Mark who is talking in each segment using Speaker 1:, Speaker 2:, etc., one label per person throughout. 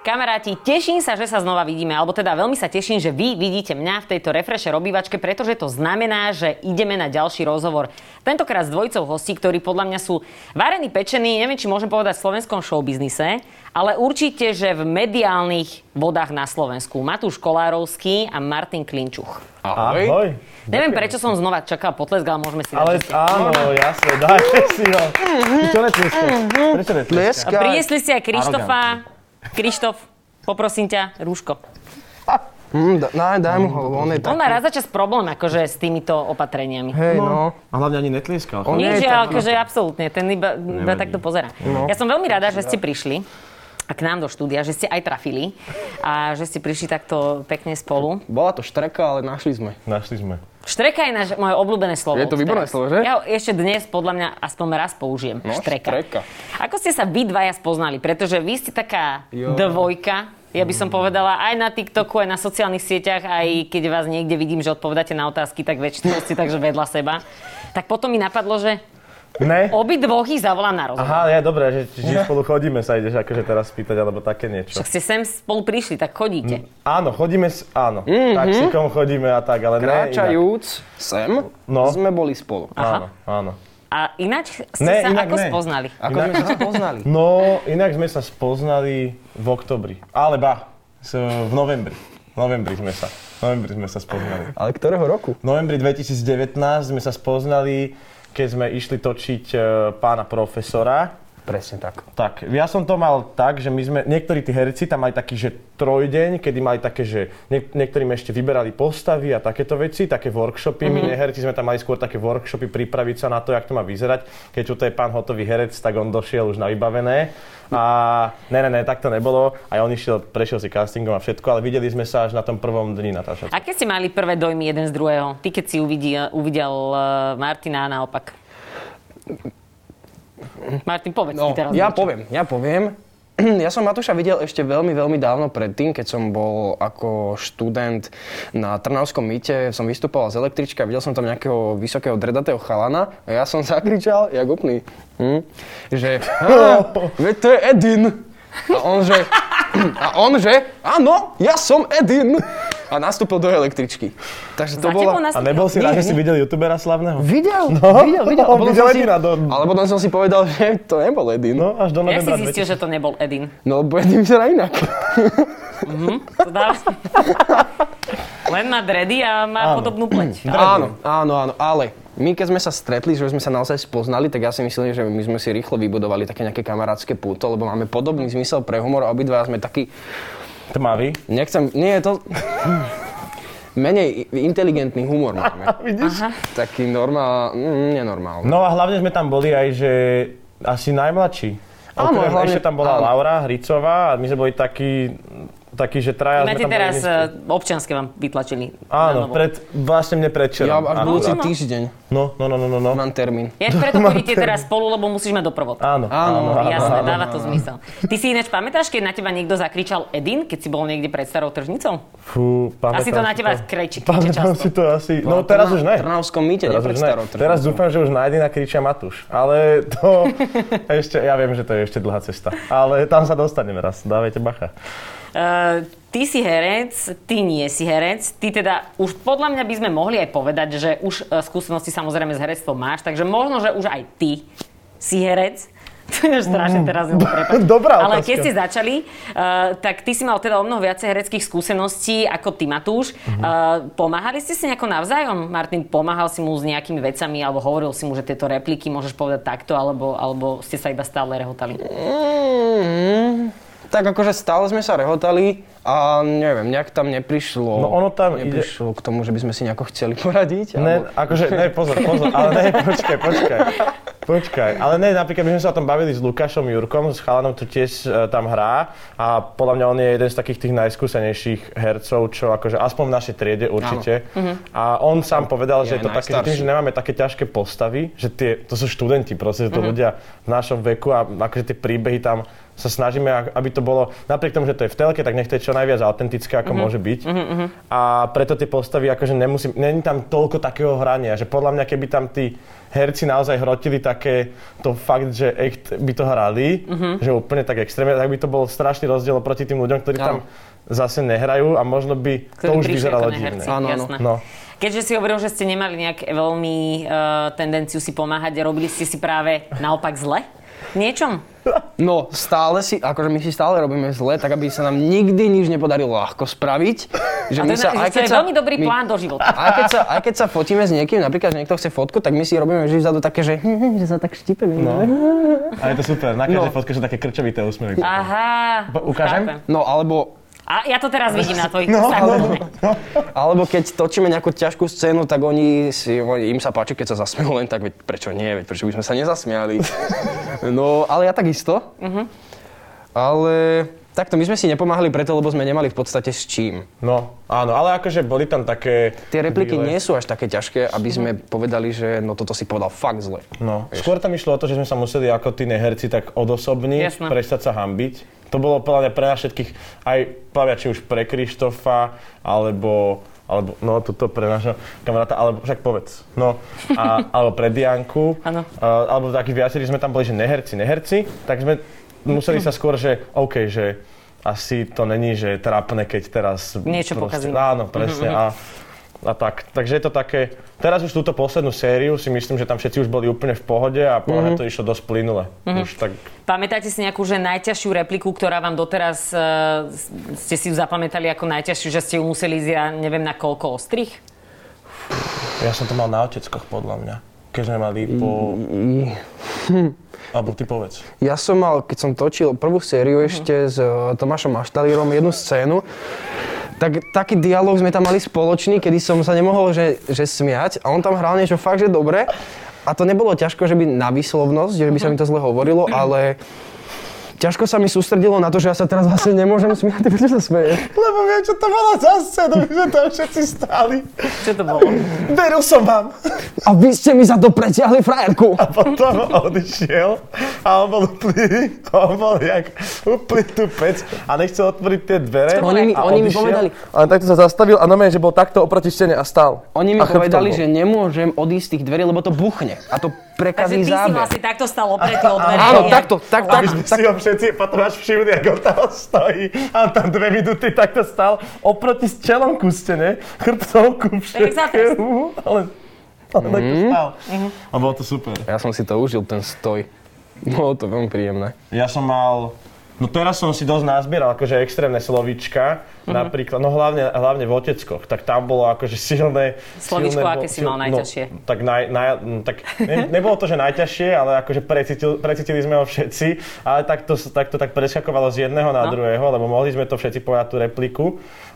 Speaker 1: Kamaráti, teším sa, že sa znova vidíme, alebo teda veľmi sa teším, že vy vidíte mňa v tejto refresher obývačke, pretože to znamená, že ideme na ďalší rozhovor. Tentokrát s dvojicou hostí, ktorí podľa mňa sú varení, pečení, neviem, či môžem povedať v slovenskom showbiznise, ale určite, že v mediálnych vodách na Slovensku. Matúš Kolárovský a Martin Klinčuch.
Speaker 2: Ahoj.
Speaker 3: Ahoj.
Speaker 1: Neviem, prečo som znova čakal potlesk, ale môžeme si dať
Speaker 3: Ale
Speaker 1: ešte.
Speaker 3: áno, jasne, dajte si ho. Prečo netleska? Prečo netleska?
Speaker 2: Tleska.
Speaker 1: Priniesli ste aj Krištofa. Krištof, poprosím ťa, rúško.
Speaker 2: Mm, da, daj, daj mu ho, on je
Speaker 1: On
Speaker 2: tak.
Speaker 1: má raz za čas problém akože s týmito opatreniami.
Speaker 2: Hej, no.
Speaker 3: A hlavne ani netleska.
Speaker 2: On
Speaker 1: Nie,
Speaker 2: je No.
Speaker 1: že
Speaker 2: tak,
Speaker 1: akože absolútne, ten iba, iba takto pozera. Ja som veľmi rada, že ste prišli a k nám do štúdia, že ste aj trafili a že ste prišli takto pekne spolu.
Speaker 2: Bola to štreka, ale našli sme.
Speaker 3: Našli sme.
Speaker 1: Štreka je naše, moje obľúbené slovo.
Speaker 2: Je to výborné
Speaker 1: teraz.
Speaker 2: slovo, že?
Speaker 1: Ja ho ešte dnes podľa mňa aspoň raz použijem.
Speaker 2: No,
Speaker 1: štreka.
Speaker 2: štreka.
Speaker 1: Ako ste sa vy dvaja spoznali? Pretože vy ste taká
Speaker 2: Jo. Mm.
Speaker 1: dvojka, ja by som povedala, aj na TikToku, aj na sociálnych sieťach, aj keď vás niekde vidím, že odpovedáte na otázky, tak väčšinou ste takže vedľa seba. Tak potom mi napadlo, že
Speaker 3: Ne?
Speaker 1: obi dvoch ich zavolám na rozhovor.
Speaker 3: Aha, je dobré, že čiže spolu chodíme sa ideš akože teraz spýtať, alebo také niečo.
Speaker 1: Však ste sem spolu prišli, tak
Speaker 3: Mm.
Speaker 1: chodíte.
Speaker 3: Áno, chodíme s... Áno. Taxikom chodíme a tak, ale ne inak.
Speaker 2: Kráčajúc sem,
Speaker 3: No.
Speaker 2: sme boli spolu.
Speaker 3: Áno, áno.
Speaker 1: A ináč ste
Speaker 3: Ne,
Speaker 1: sa
Speaker 3: inak
Speaker 1: ako
Speaker 3: ne.
Speaker 1: spoznali?
Speaker 2: Ako sme sa poznali?
Speaker 3: No, inak sme sa spoznali v oktobri. Ale ba, s- v novembri. V novembri sme sa. V novembri sme sa spoznali.
Speaker 2: Ale ktorého roku?
Speaker 3: V novembri 2019 sme sa spoznali, keď sme išli točiť e, pána profesora.
Speaker 2: Presne tak.
Speaker 3: Tak, ja som to mal tak, že my sme, niektorí tí herci tam mali taký, že trojdeň, kedy mali také, že niek- niektorým ešte vyberali postavy a takéto veci, také workshopy. My neherci sme tam mali skôr také workshopy, pripraviť sa na to, jak to má vyzerať. Keď tu to je pán hotový herec, tak on došiel už na vybavené. A ne, ne, ne, tak to nebolo. A on išiel, prešiel si castingom a všetko, ale videli sme sa až na tom prvom dni natáčať.
Speaker 1: Aké ste mali prvé dojmy jeden z druhého? Ty, keď si uvidel, uvidel eh, Martina a naopak. Martin, povedz mi
Speaker 2: No,
Speaker 1: teraz.
Speaker 2: ja
Speaker 1: niečo.
Speaker 2: poviem, ja poviem. Ja som Matúša videl ešte veľmi, veľmi dávno predtým, keď som bol ako študent na Trnavskom mýte, som vystupoval z električka, videl som tam nejakého vysokého dredatého chalana a ja som zakričal, jak úplný, hm, že "Á, veď to je Edin. A on že, a on že, áno, ja som Edin. A nastúpil do električky. Takže
Speaker 1: Za
Speaker 2: to
Speaker 1: tebou
Speaker 2: bola...
Speaker 3: A nebol si rád, že si videl youtubera slavného?
Speaker 2: Videl, videl, videl. A potom No.
Speaker 3: videl
Speaker 2: som si-
Speaker 3: Edina do-
Speaker 2: Ale potom som si povedal, že to nebol Edin.
Speaker 3: No, až do
Speaker 1: Jak si
Speaker 3: novembra
Speaker 1: zistil, že to nebol Edin? Mhm,
Speaker 2: No lebo jedný vyzerá inak.
Speaker 1: To dáva... Len má dredy a má
Speaker 3: Áno.
Speaker 1: podobnú pleť.
Speaker 3: Teda
Speaker 2: áno, áno, áno, ale my keď sme sa stretli, že sme sa naozaj spoznali, tak ja si myslím, že my sme si rýchlo vybudovali také nejaké kamarátske puto, lebo máme podobný zmysel pre humor a obidva sme takí,
Speaker 3: Tmavý.
Speaker 2: nechcem, nie je to... menej i- inteligentný humor máme.
Speaker 3: Vidíš?
Speaker 2: Taký normál, mm, nenormálny.
Speaker 3: No a hlavne sme tam boli aj, že asi najmladší.
Speaker 2: Áno,
Speaker 3: Okrem-
Speaker 2: hlavne-
Speaker 3: Ešte tam bola
Speaker 2: áno.
Speaker 3: Laura Hričová a my sme boli takí, takí že traja sme
Speaker 1: Máte
Speaker 3: tam boli
Speaker 1: teraz
Speaker 3: jedni z-
Speaker 1: eh, občianske vám vytlačili. na
Speaker 3: Áno,
Speaker 1: novo.
Speaker 3: pred, vlastne mne predčerom.
Speaker 2: Ja až
Speaker 3: Áno.
Speaker 2: budúci
Speaker 1: No, no.
Speaker 2: týždeň
Speaker 3: No, no, no, no, no. no.
Speaker 2: mám termín.
Speaker 1: Ja preto chodíte teraz spolu, lebo musíš mať doprovod.
Speaker 2: Áno,
Speaker 3: Áno, áno, áno.
Speaker 1: no, Jasné, dáva to zmysel. Ty si ináč pamätáš, keď na teba niekto zakričal Edin, keď si bol niekde pred starou tržnicou?
Speaker 3: Fú, pamätám
Speaker 1: Asi to na
Speaker 3: si
Speaker 1: teba kričí, kričí
Speaker 3: Pamätám
Speaker 1: často.
Speaker 3: si to asi. No teraz už
Speaker 2: V
Speaker 3: ne.
Speaker 2: Trnavskom mýte,
Speaker 3: Teraz,
Speaker 2: nepred
Speaker 3: už ne.
Speaker 2: starou Trnavou.
Speaker 3: teraz dúfam, že už nájde na kričia Matúš. Ale to ešte, ja viem, že to je ešte dlhá cesta. Ale tam sa dostaneme raz, dávajte bacha.
Speaker 1: Uh, ty si herec, ty nie si herec. Ty teda, už podľa mňa by sme mohli aj povedať, že už uh, skúsenosti samozrejme s herectvom máš, takže možno, že už aj ty si herec. To je strašne teraz, lebo prepáč.
Speaker 3: Mm. Dobrá
Speaker 1: Ale
Speaker 3: otázka.
Speaker 1: keď ste začali, uh, tak ty si mal teda o mnoho viacej hereckých skúseností ako ty, Matúš. Uh,
Speaker 3: Mhm.
Speaker 1: pomáhali ste si nejako navzájom? Martin, pomáhal si mu s nejakými vecami alebo hovoril si mu, že tieto repliky môžeš povedať takto, alebo, alebo ste sa iba stále rehotali?
Speaker 2: Mm, tak akože stále sme sa rehotali a neviem, nejak tam neprišlo,
Speaker 3: No ono tam ide-
Speaker 2: neprišlo k tomu, že by sme si nejako chceli poradiť.
Speaker 3: Ne, akože, ne, pozor, pozor, ale ne, počkaj, počkaj. Počkaj, ale ne, napríklad my sme sa o tom bavili s Lukášom Jurkom, s chalanom, ktorý tiež e, tam hrá a podľa mňa on je jeden z takých tých najskúsenejších hercov, čo akože aspoň v našej triede určite. A on sám povedal, že
Speaker 2: Je
Speaker 3: je to také, že tým,
Speaker 2: najstarší.
Speaker 3: že nemáme také ťažké postavy, že tie, to sú študenti
Speaker 1: Mhm.
Speaker 3: proste, že to ľudia v našom veku a akože tie príbehy tam sa snažíme, a- aby to bolo, napriek tomu, že to je v telke, tak nech to je čo najviac autentické,
Speaker 1: Mhm.
Speaker 3: ako môže byť. A preto tie postavy, akože nemusí, není tam toľko takého hrania, že podľa mňa, keby tam tí herci naozaj hrotili také to fakt, že echt by to hrali,
Speaker 1: Mhm.
Speaker 3: že úplne tak extrémne, tak by to bol strašný rozdiel proti tým ľuďom, ktorí tam
Speaker 2: Áno.
Speaker 3: zase nehrajú a možno by to
Speaker 1: Ktorí
Speaker 3: už
Speaker 1: prišli
Speaker 3: vyzeralo
Speaker 1: ako
Speaker 3: divne.
Speaker 1: neherci,
Speaker 2: Áno, áno.
Speaker 1: jasné.
Speaker 3: No.
Speaker 1: Keďže si hovoril, že ste nemali nejak veľmi uh, tendenciu si pomáhať, robili ste si práve naopak zle? Niečom?
Speaker 2: No, stále si, akože my si stále robíme zle, tak aby sa nám nikdy nič nepodarilo ľahko spraviť. Že
Speaker 1: A to
Speaker 2: my
Speaker 1: je,
Speaker 2: sa,
Speaker 1: na, že to je veľmi dobrý plán do života.
Speaker 2: Aj keď, sa, aj keď sa fotíme s niekým, napríklad, že niekto chce fotku, tak my si robíme vždy vzadu také, že, že sa tak štipeme. No.
Speaker 3: A je to super, na každej
Speaker 2: No.
Speaker 3: fotke sú také krčovité úsmevy.
Speaker 1: Aha,
Speaker 3: Po-
Speaker 1: už
Speaker 3: ukážem?
Speaker 1: chápem.
Speaker 2: no alebo
Speaker 1: A ja to teraz vidím na tvojich
Speaker 3: No,
Speaker 1: psách.
Speaker 3: no,
Speaker 2: Alebo keď točíme nejakú ťažkú scénu, tak oni, si, oni im sa páči, keď sa zasmejú len tak, veď prečo nie, veď prečo by sme sa nezasmiali. No, ale ja takisto. Ale takto, my sme si nepomáhali preto, lebo sme nemali v podstate s čím.
Speaker 3: No, áno, ale akože boli tam také...
Speaker 2: Tie repliky
Speaker 3: bíle-
Speaker 2: nie sú až také ťažké, aby sme povedali, že no toto si povedal fakt zle.
Speaker 3: No, skôr tam išlo o to, že sme sa museli ako tí neherci tak odosobniť,
Speaker 1: Jasné.
Speaker 3: prestať sa hambiť. To bolo podľa mňa pre nás všetkých, aj plavia, či už pre Krištofa, alebo, alebo no toto pre nášho kamaráta, alebo však povedz, no, a, alebo pre Dianku,
Speaker 1: Áno.
Speaker 3: a, alebo takí viacerí sme tam boli, že neherci, neherci, tak sme museli sa skôr, že OK, že asi to není, že je trápne, keď teraz...
Speaker 1: Niečo pokazíme.
Speaker 3: Áno, presne. A, a tak. Takže je to také... Teraz už túto poslednú sériu si myslím, že tam všetci už boli úplne v pohode a podľa mňa to išlo dosť plynule. Už tak...
Speaker 1: Pamätáte si nejakú, že najťažšiu repliku, ktorá vám doteraz uh, ste si ju zapamätali ako najťažšiu, že ste ju museli ísť, ja neviem, na koľko ostrých?
Speaker 3: Ja som to mal na oteckoch, podľa mňa. Keď sme mali po...
Speaker 2: Mm.
Speaker 3: Alebo ty povedz.
Speaker 2: Ja som mal, keď som točil prvú sériu
Speaker 1: Mhm.
Speaker 2: ešte s e, Tomášom Maštalírom jednu scénu, tak taký dialog sme tam mali spoločný, kedy som sa nemohol že, že smiať a on tam hral niečo fakt, že dobre. A to nebolo ťažko, že by na výslovnosť, že by
Speaker 1: Mhm.
Speaker 2: sa mi to zle hovorilo, ale ťažko sa mi sústredilo na to, že ja sa teraz vlastne nemôžem smiať, prečo sa smeje.
Speaker 3: Lebo viem, čo to bolo za scénu, my sme tam všetci stáli.
Speaker 1: Čo to bolo?
Speaker 3: Beril som vám.
Speaker 2: A vy ste mi za to pretiahli frajerku.
Speaker 3: Potom odišiel a on bol úplný, on bol jak úplný tupec a nechcel otvoriť tie dvere.
Speaker 2: Oni mi-
Speaker 3: a
Speaker 2: oni mi
Speaker 3: odišiel.
Speaker 2: povedali.
Speaker 3: Ale takto sa zastavil a normálne, že bol takto oproti stene a stál.
Speaker 2: Oni mi
Speaker 3: a chrbtom
Speaker 2: povedali,
Speaker 3: bol.
Speaker 2: že nemôžem odísť z tých dverí, lebo to buchne a to
Speaker 1: Takže
Speaker 2: prekazí
Speaker 1: ty si
Speaker 2: záber.
Speaker 1: vlastne takto stal opretý od dvere.
Speaker 2: Áno,
Speaker 1: Ja-
Speaker 2: takto, tak,
Speaker 3: Aby
Speaker 2: tak,
Speaker 3: sme si ho všetci potom až všimli, ako tam stojí. A on tam dve minúty takto stál oproti s čelom ku stene, chrbtom ku všetkému. Ale ale takto stál. A bolo to super.
Speaker 2: Ja som si to užil, ten stoj. Bolo to veľmi príjemné.
Speaker 3: Ja som mal... No teraz som si dosť nazbieral akože extrémne slovíčka,
Speaker 1: Mhm.
Speaker 3: napríklad, no hlavne, hlavne v oteckoch, tak tam bolo akože silné...
Speaker 1: Slovíčko,
Speaker 3: silné,
Speaker 1: aké
Speaker 3: bo-
Speaker 1: si mal
Speaker 3: sil-
Speaker 1: najťažšie?
Speaker 3: No, tak naj, naj, no, tak ne, nebolo to, že najťažšie, ale akože precítil, precítili sme ho všetci, ale tak to, s- tak to tak preskakovalo z jedného na
Speaker 1: No.
Speaker 3: druhého, lebo mohli sme to všetci povedať tú repliku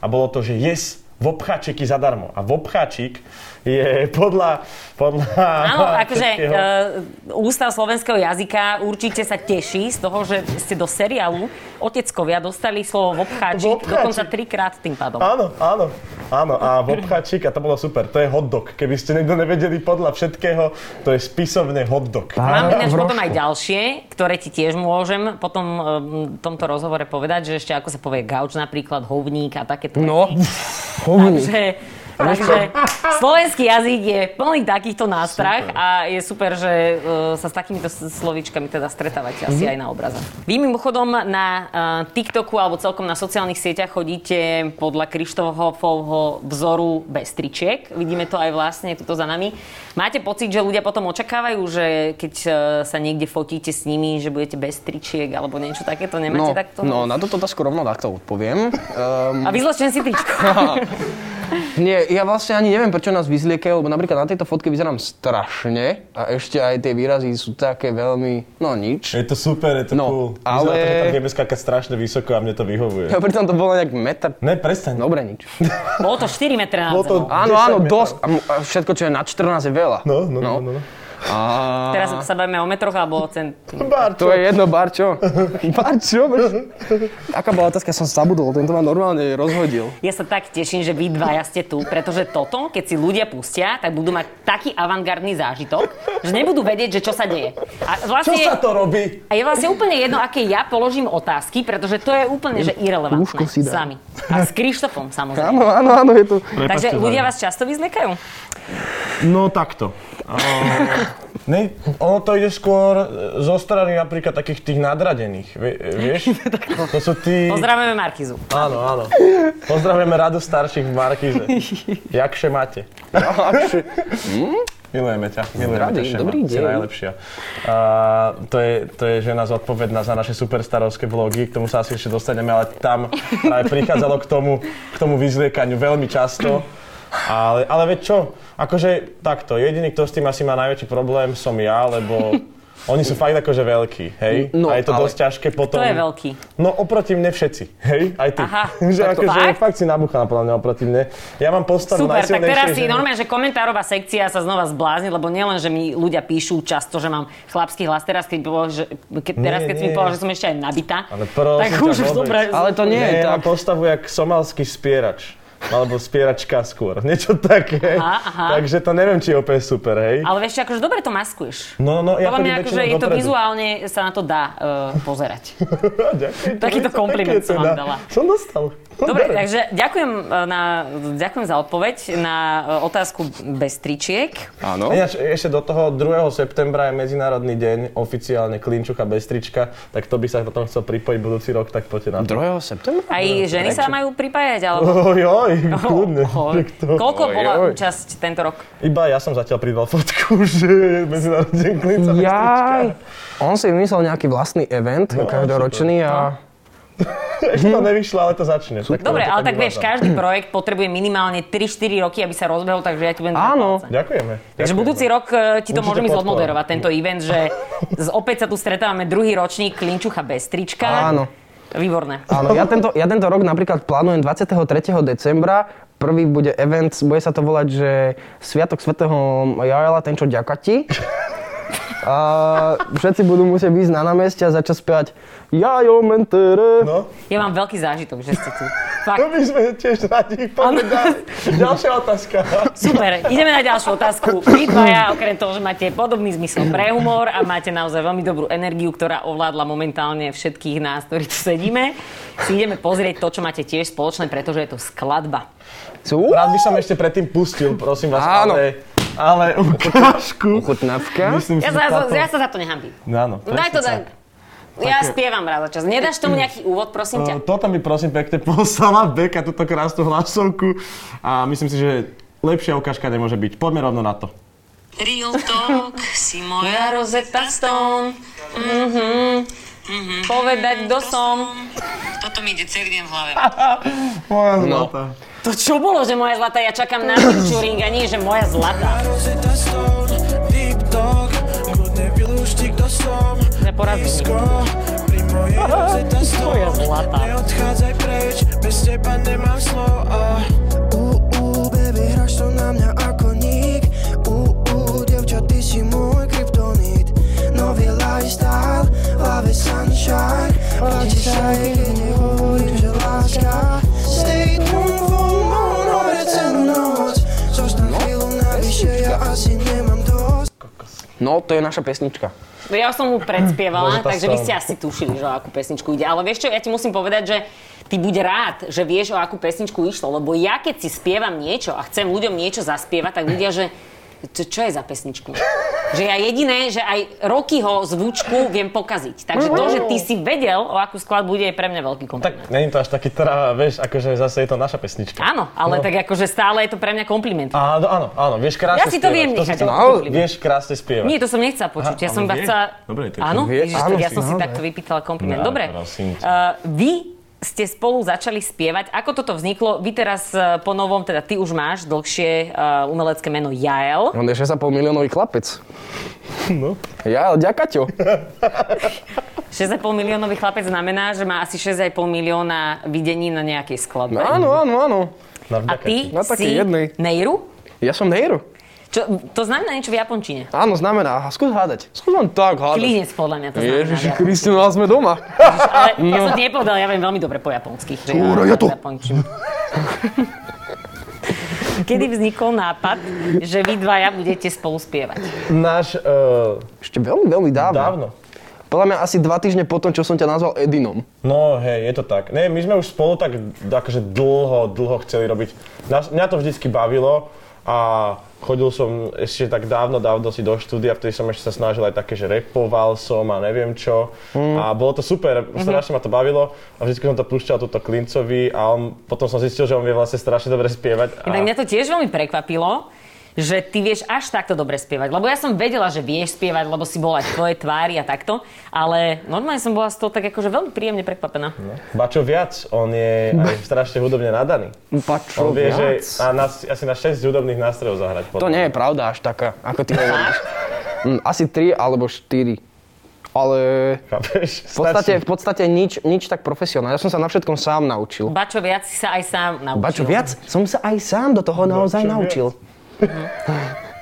Speaker 3: a bolo to, že yes, vopcháčiky zadarmo. A vopcháčik je podľa... podľa
Speaker 1: Áno, akože
Speaker 3: všetkého-
Speaker 1: uh, Ústav slovenského jazyka určite sa teší z toho, že ste do seriálu Oteckovia dostali slovo vopcháčik,
Speaker 3: Vopcháčik.
Speaker 1: dokonca trikrát tým pádom.
Speaker 3: Áno, áno, áno. A vopchačík, a to bolo super, to je hotdog. Keby ste niekto nevedeli podľa všetkého, to je spisovne hotdog.
Speaker 1: Mám ináč potom aj ďalšie, ktoré ti tiež môžem potom eh, v tomto rozhovore povedať, že ešte ako sa povie gauč napríklad, hovník a takéto.
Speaker 2: No,
Speaker 1: veci.
Speaker 2: hovni.
Speaker 1: Takže, takže slovenský jazyk je plný takýchto nástrah a je super, že e, sa s takýmito s- slovíčkami teda stretávate asi aj na obraze. Vy mimochodom na e, TikToku alebo celkom na sociálnych sieťach chodíte podľa Krištofovho vzoru bez tričiek. Vidíme to aj vlastne tuto za nami. Máte pocit, že ľudia potom očakávajú, že keď e, sa niekde fotíte s nimi, že budete bez tričiek alebo niečo takéto? Nemáte
Speaker 2: No,
Speaker 1: takto?
Speaker 2: no, na toto otázku rovno takto odpoviem. Um,
Speaker 1: A vyzločen si tričko.
Speaker 2: nie, ja vlastne ani neviem, prečo nás vyzliekajú, lebo napríklad na tejto fotke vyzerám strašne a ešte aj tie výrazy sú také veľmi, no nič.
Speaker 3: Je to super, je to
Speaker 2: No,
Speaker 3: cool.
Speaker 2: ale-
Speaker 3: Vyzerá to, že tam vieme skákať strašne vysoko a mne to vyhovuje.
Speaker 2: Ja pritom to bolo nejak meter...
Speaker 3: Ne, prestaň.
Speaker 2: Dobre, nič.
Speaker 1: Bolo to 4 metre na
Speaker 3: Bolo to
Speaker 1: zem.
Speaker 2: No, Áno,
Speaker 3: 10
Speaker 2: áno,
Speaker 3: metrov.
Speaker 2: dosť. A m- A všetko, čo je nad 14 je veľa.
Speaker 3: No, no, no, no. no.
Speaker 2: A...
Speaker 1: Teraz sa bavíme o metroch alebo o cent...
Speaker 2: No. To
Speaker 3: Barčo.
Speaker 2: je jedno, Barčo. Barčo, brž. Aká bola otázka, som zabudol, tento ma normálne rozhodil.
Speaker 1: Ja sa tak teším, že vy dvaja ste tu, pretože toto, keď si ľudia pustia, tak budú mať taký avantgardný zážitok, že nebudú vedieť, že čo sa deje. A
Speaker 3: Čo
Speaker 1: vlastne
Speaker 3: sa to robí?
Speaker 1: A je vlastne úplne jedno, aké ja položím otázky, pretože to je úplne že irrelevantné.
Speaker 2: Lúžko si dá.
Speaker 1: Sami. A s Krištofom, samozrejme.
Speaker 2: Áno, áno, áno, je to.
Speaker 1: Takže
Speaker 4: Prepačte za-
Speaker 1: ľudia vás často vyzlekajú?
Speaker 4: No takto.
Speaker 3: Ne, ono to ide skôr e, zo strany napríklad takých tých nadradených, vie- e, vieš? To sú tí...
Speaker 1: Pozdravujeme Markizu.
Speaker 3: Áno, áno. Pozdravujeme radu starších v Markize. Jakže máte? Milujeme ťa, milujeme
Speaker 2: Rady,
Speaker 3: ťa, Šema.
Speaker 2: dobrý
Speaker 3: Si
Speaker 2: deň.
Speaker 3: najlepšia. A, to, je, to je žena zodpovedná za naše superstarovské vlogy, k tomu sa asi ešte dostaneme, ale tam práve prichádzalo k tomu, k tomu vyzliekaniu veľmi často. Ale, ale veď čo, akože takto, jediný, kto s tým asi má najväčší problém, som ja, lebo oni sú fakt akože veľkí, hej?
Speaker 2: No,
Speaker 3: a je to
Speaker 2: ale-
Speaker 3: dosť ťažké potom...
Speaker 1: To je veľký.
Speaker 3: No oproti mne všetci, hej? Aj ty.
Speaker 1: Aha,
Speaker 3: že
Speaker 1: tak to
Speaker 3: akože
Speaker 1: fakt?
Speaker 3: fakt? si nabuchaná podľa mňa oproti mne. Ja mám postavu
Speaker 1: Super, tak
Speaker 3: najsilnejšej
Speaker 1: teraz si
Speaker 3: ženy.
Speaker 1: normálne, že komentárová sekcia sa znova zblázni, lebo nielen, že mi ľudia píšu často, že mám chlapský hlas, teraz keď, bolo, že, keď, teraz,
Speaker 3: Nie,
Speaker 1: keď si mi
Speaker 3: nie.
Speaker 1: povedal, že som ešte aj nabitá,
Speaker 3: Ale prosím
Speaker 1: tak
Speaker 3: ťa,
Speaker 1: už
Speaker 3: vôbec.
Speaker 1: dobre.
Speaker 2: Ale to nie je
Speaker 3: Nie, ja
Speaker 2: tak.
Speaker 3: mám postavu jak somalský spierač. Alebo spieračka skôr, niečo také.
Speaker 1: Aha, aha.
Speaker 3: Takže to neviem, či je úplne super, hej.
Speaker 1: Ale vieš, čo, akože dobre to maskuješ.
Speaker 3: No, no,
Speaker 1: Podľa
Speaker 3: ja
Speaker 1: mňa,
Speaker 3: chodím
Speaker 1: akože
Speaker 3: väčšinou
Speaker 1: je to
Speaker 3: dopredu.
Speaker 1: vizuálne, sa na to dá eh, pozerať.
Speaker 3: Ďakujem,
Speaker 1: Takýto
Speaker 3: to je
Speaker 1: kompliment
Speaker 3: také
Speaker 1: som vám
Speaker 3: teda.
Speaker 1: dala.
Speaker 3: Som dostal. No,
Speaker 1: Dobre,
Speaker 3: berem.
Speaker 1: takže ďakujem, eh, na, ďakujem za odpoveď na eh, otázku bez tričiek.
Speaker 2: Áno.
Speaker 3: Ináč, ešte do toho 2. septembra je Medzinárodný deň, oficiálne Klinčuka bez trička, tak to by sa potom chcel pripojiť budúci rok, tak poďte na to.
Speaker 2: 2. septembra?
Speaker 1: Aj ženy sa majú pripájať, alebo...
Speaker 3: Ojoj,
Speaker 1: No,
Speaker 3: kľudne.
Speaker 1: Oho.
Speaker 3: tak to-
Speaker 1: Koľko bola
Speaker 2: Ojoj.
Speaker 1: účasť tento rok?
Speaker 3: Iba ja som zatiaľ pridal fotku, že je Medzinárodný deň Klinca bez trička.
Speaker 2: Jaj. On si vymyslel nejaký vlastný event, každoročný a...
Speaker 3: Ešte to nevyšlo, ale to začne. Tak to-
Speaker 1: Dobre,
Speaker 3: to
Speaker 1: ale tak vieš,
Speaker 3: vyvádzam.
Speaker 1: každý projekt potrebuje minimálne 3-4 roky, aby sa rozbehol, takže ja ti budem držať
Speaker 2: Áno.
Speaker 1: palce.
Speaker 3: Ďakujeme.
Speaker 1: Takže
Speaker 3: ďakujeme.
Speaker 1: budúci rok e, ti to
Speaker 3: Určite
Speaker 1: môžeme ísť
Speaker 3: podpora.
Speaker 1: odmoderovať, tento event, že z, opäť sa tu stretávame druhý ročník Klinčucha bez trička.
Speaker 2: Áno.
Speaker 1: Výborné.
Speaker 2: Áno, ja tento, ja tento rok napríklad plánujem 23. decembra, prvý bude event, bude sa to volať, že Sviatok svätého Jajala, ten čo ďaká ti. A všetci budú musieť ísť na námestie a začať spievať Jajo mentere.
Speaker 3: No,
Speaker 1: Ja mám veľký zážitok, že ste tu.
Speaker 3: to
Speaker 1: Fakt.
Speaker 3: by sme tiež radi povedali. Ďalšia otázka.
Speaker 1: Super, ideme na ďalšiu otázku. Vy dvaja, okrem toho, že máte podobný zmysel pre humor a máte naozaj veľmi dobrú energiu, ktorá ovládla momentálne všetkých nás, ktorí tu sedíme, si ideme pozrieť to, čo máte tiež spoločné, pretože je to skladba.
Speaker 2: Sú?
Speaker 3: Rád by som ešte predtým pustil, prosím vás,
Speaker 2: Áno.
Speaker 3: ale... Ale ukážku.
Speaker 2: Chutnávka.
Speaker 3: Myslím si,
Speaker 1: Ja sa,
Speaker 3: že táto...
Speaker 1: ja sa za to nehambím.
Speaker 3: Áno,
Speaker 1: No Daj to, daj.
Speaker 3: presne tak.
Speaker 1: Ja spievam rada čas. Nedáš tomu nejaký úvod, prosím ťa?
Speaker 3: No, Toto mi prosím pekne poslala Beka, túto krásnu hlasovku. A myslím si, že lepšia ukážka nemôže byť. Poďme rovno na to.
Speaker 5: Real talk, si moja Mm-hmm.
Speaker 1: Ja Rosetta Stone. Mhm. Mhm. Povedať, kto som.
Speaker 5: Toto mi ide celý deň v hlave.
Speaker 3: Moja zlatá.
Speaker 1: To čo bolo, že moja zlatá? Ja čakám na featuring a nie, že moja zlatá.
Speaker 6: Rosetta Stone, deep dog, kľudne vylúšti, kto som.
Speaker 1: Neporazím.
Speaker 6: Blízko, pri mojej Rosetta Stone,
Speaker 1: zlatá.
Speaker 6: neodchádzaj preč, bez teba nemám slov a... Ú, ú, Uh, baby, hráš to na mňa ako nik. Ú, ú, devča, ty si môj kryptonit. Nový lifestyle, v hlave sunshine. Páči sa jej, keď jej hovorím, že láska. Stay tuned for moon, hore celú noc. Zostan chvíľu navyše, ja asi nemám dosť.
Speaker 2: No, to je naša pesnička.
Speaker 1: No Ja som mu predspievala,
Speaker 3: Rosetta
Speaker 1: takže vy ste
Speaker 3: Stone.
Speaker 1: asi tušili, že o akú pesničku ide. Ale vieš čo, ja ti musím povedať, že ty buď rád, že vieš, o akú pesničku išlo. Lebo ja, keď si spievam niečo a chcem ľuďom niečo zaspievať, tak ľudia, že čo, čo je za pesničku? Že ja jediné, že aj Rokyho zvučku viem pokaziť. Takže to, že ty si vedel, o akú skladbu bude, je pre mňa veľký kompliment.
Speaker 3: Tak není to až taký trá, vieš, akože zase je to naša pesnička.
Speaker 1: Áno, ale
Speaker 3: No.
Speaker 1: tak akože stále je to pre mňa kompliment.
Speaker 3: Áno, áno, áno, vieš krásne
Speaker 1: Ja si to
Speaker 3: spievať.
Speaker 1: viem nechať,
Speaker 3: si to-
Speaker 1: ako
Speaker 2: No,
Speaker 1: kompliment.
Speaker 3: Vieš krásne spievať.
Speaker 1: Nie, to som nechcela počuť.
Speaker 3: Aha,
Speaker 1: ja som
Speaker 3: ale
Speaker 1: iba
Speaker 3: vie?
Speaker 1: chcela...
Speaker 4: Dobre, tak
Speaker 1: áno,
Speaker 3: to vie.
Speaker 1: Ježiš,
Speaker 2: Áno,
Speaker 1: tak ja
Speaker 2: si-
Speaker 1: som si
Speaker 2: áno,
Speaker 1: takto vypýtala kompliment.
Speaker 3: No,
Speaker 1: Dobre,
Speaker 3: prosím ťa.
Speaker 1: uh, vy ste spolu začali spievať. Ako toto vzniklo? Vy teraz eh, po novom, teda ty už máš dlhšie eh, umelecké meno Jael.
Speaker 2: On je 6,5 miliónový chlapec. No. Ja, ďaká ťo.
Speaker 1: 6,5 miliónový chlapec znamená, že má asi 6,5 milióna videní na nejakej skladbe.
Speaker 2: No, Áno, áno, áno.
Speaker 3: No,
Speaker 1: A
Speaker 3: vďaka
Speaker 1: ty
Speaker 3: ti.
Speaker 2: Na
Speaker 1: si
Speaker 2: takej jednej.
Speaker 1: Nejru?
Speaker 2: Ja som Nejro.
Speaker 1: Čo, to znamená niečo v japončine.
Speaker 2: Áno, znamená, aha, skús hádať. Skús len tak hádať.
Speaker 1: Klinec podľa mňa to znamená.
Speaker 2: Ježiši
Speaker 1: viac.
Speaker 2: Kriste, no a sme doma.
Speaker 1: Ale ja som ti nepovedal, ja viem veľmi dobre po japonsky. Súra, ja to! Kedy vznikol nápad, že vy dvaja budete spolu spievať?
Speaker 3: Náš... Uh,
Speaker 2: Ešte veľmi, veľmi dávno.
Speaker 3: dávno.
Speaker 2: Podľa mňa asi dva týždne potom, čo som ťa nazval Edinom.
Speaker 3: No hej, je to tak. Ne, my sme už spolu tak d- akože dlho, dlho chceli robiť. Nás, mňa to vždycky bavilo a chodil som ešte tak dávno, dávno si do štúdia, vtedy som ešte sa snažil aj také, že repoval som a neviem čo.
Speaker 2: Mm.
Speaker 3: A bolo to super,
Speaker 2: Mhm.
Speaker 3: strašne ma to bavilo a vždycky som to púšťal túto Klincovi a on, potom som zistil, že on vie vlastne strašne dobre spievať. A...
Speaker 1: Tak mňa to tiež veľmi prekvapilo, že ty vieš až takto dobre spievať. Lebo ja som vedela, že vieš spievať, lebo si bola aj tvoje tvári a takto. Ale normálne som bola z toho tak akože veľmi príjemne prekvapená.
Speaker 3: Ba čo viac, on je
Speaker 2: Mhm.
Speaker 3: aj strašne hudobne nadaný.
Speaker 2: Pačo,
Speaker 3: On vie, že a na, asi na 6 hudobných nástrojov zahrať.
Speaker 2: To nie je pravda až taká, ako ty hovoríš. Mm, Asi tri alebo štyri. Ale
Speaker 3: Chápeš?
Speaker 2: v podstate, v podstate nič, nič tak profesionálne. Ja som sa na všetkom sám naučil.
Speaker 1: Bačo viac si sa aj sám naučil.
Speaker 2: Ba čo viac, som sa aj sám do toho naozaj
Speaker 3: viac.
Speaker 2: naučil.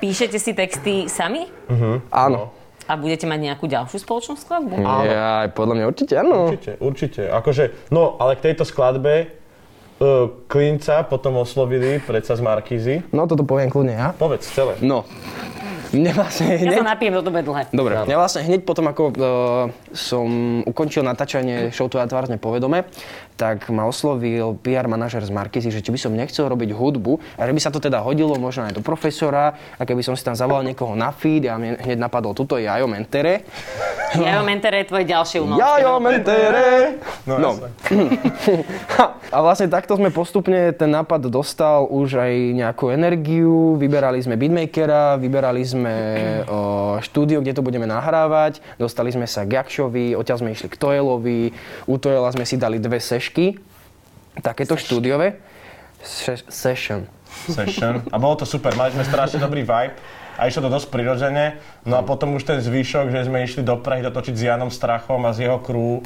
Speaker 1: Píšete si texty sami
Speaker 3: No.
Speaker 2: Áno.
Speaker 1: a budete mať nejakú ďalšiu spoločnú skladbu?
Speaker 2: Hm. Ja, podľa mňa určite áno.
Speaker 3: Určite, určite. Akože, no, ale k tejto skladbe uh, Klinca potom oslovili predsa z Markízy.
Speaker 2: No toto poviem kľudne ja.
Speaker 3: Povedz celé.
Speaker 2: No. Mne vlastne
Speaker 1: Ja
Speaker 2: hneď...
Speaker 1: sa napijem, toto bude dlhé.
Speaker 2: Dobre, ja vlastne hneď potom, ako uh, som ukončil natáčanie show Tvoja tvár nepovedome, tak ma oslovil PR manažer z Markizy, že či by som nechcel robiť hudbu, a že by sa to teda hodilo možno aj do profesora, a keby som si tam zavolal niekoho na feed, a mne hneď napadol tuto Jajo Mentere.
Speaker 1: Ja vám entere tvoje ďalšie no. umelky.
Speaker 2: Jajo Mentere!
Speaker 3: No,
Speaker 2: No.
Speaker 3: jasné.
Speaker 2: A vlastne takto sme postupne ten nápad dostal už aj nejakú energiu, vyberali sme beatmakera, vyberali sme o, štúdio, kde to budeme nahrávať, dostali sme sa k Jakšovi, odtiaľ sme išli k Toelovi, u Toela sme si dali dve sešky, takéto štúdiové. Seš- session.
Speaker 3: Session. A bolo to super, mali sme strašne dobrý vibe. A išlo to dosť prirodzene. No a potom už ten zvyšok, že sme išli do Prahy dotočiť s Janom Strachom a z jeho crew.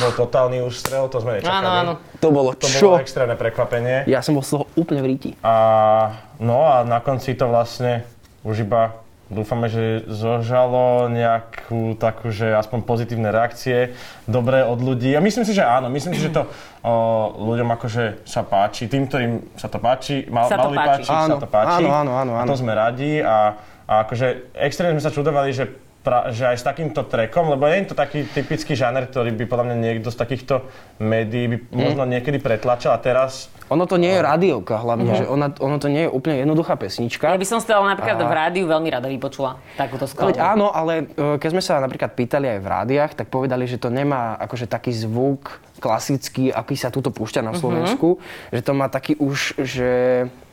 Speaker 3: Bol totálny ústrel, to sme nečakali.
Speaker 1: Áno, áno.
Speaker 2: To bolo
Speaker 3: To
Speaker 2: čo?
Speaker 3: bolo extrémne prekvapenie.
Speaker 2: Ja som bol z toho úplne v ríti.
Speaker 3: A, no a na konci to vlastne už iba dúfame, že zožalo nejakú takú, že aspoň pozitívne reakcie, dobré od ľudí. A myslím si, že áno, myslím si, že to o, ľuďom akože sa páči, tým, ktorým sa to páči, mal,
Speaker 1: Sa to
Speaker 3: malo by
Speaker 1: páči.
Speaker 3: páčiť, sa
Speaker 2: Áno,
Speaker 3: to páči.
Speaker 2: áno, áno, áno,
Speaker 3: A
Speaker 2: áno.
Speaker 3: to sme radi a, a akože extrémne sme sa čudovali, že Pra, že aj s takýmto trekom, lebo nie je to taký typický žáner, ktorý by podľa mňa niekto z takýchto médií by
Speaker 2: Mhm.
Speaker 3: možno niekedy pretlačal a teraz
Speaker 2: Ono to nie je radiovka hlavne, že ona, ono to nie je úplne jednoduchá pesnička.
Speaker 1: Ja by som stala napríklad
Speaker 2: Aha.
Speaker 1: v rádiu veľmi rada vypočula takúto skladbu.
Speaker 2: Veď áno, ale e, keď sme sa napríklad pýtali aj v rádiách, tak povedali, že to nemá akože taký zvuk klasický, aký sa tuto púšťa
Speaker 1: Mhm.
Speaker 2: na Slovensku, že to má taký už, že...